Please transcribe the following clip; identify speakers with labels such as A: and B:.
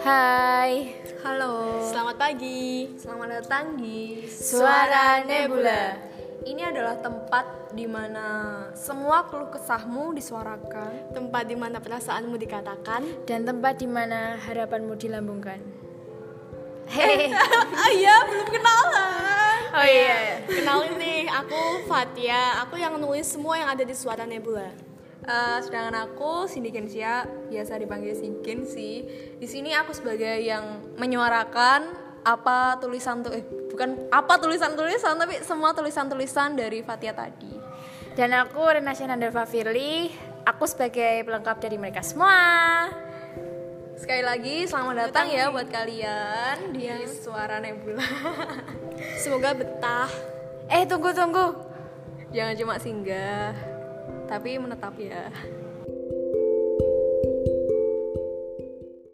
A: Hai,
B: Halo,
C: Selamat pagi.
B: selamat datang di
A: Suara Nebula.
B: Ini adalah tempat di mana semua keluh kesahmu disuarakan.
C: Tempat di mana perasaanmu dikatakan.
A: dan tempat di mana harapanmu dilambungkan. Hei,
C: ah iya, belum kenalan.
A: oh iya,
C: Kenalin nih, aku Fatia. Aku yang nulis semua yang ada di Suara Nebula.
B: Eh, sedangkan aku Cindy Kensia, biasa dipanggil Singkin sih. Di sini aku sebagai yang menyuarakan apa tulisan tuh eh bukan apa tulisan-tulisan tapi semua tulisan-tulisan dari Fatia tadi.
A: dan aku Rena Syanandar Firly. Aku sebagai pelengkap dari mereka semua.
B: Sekali lagi selamat datang ya buat kalian di Suara Nebula.
C: Semoga betah.
A: Eh, tunggu tunggu.
B: Jangan cuma singgah, tapi menetap ya.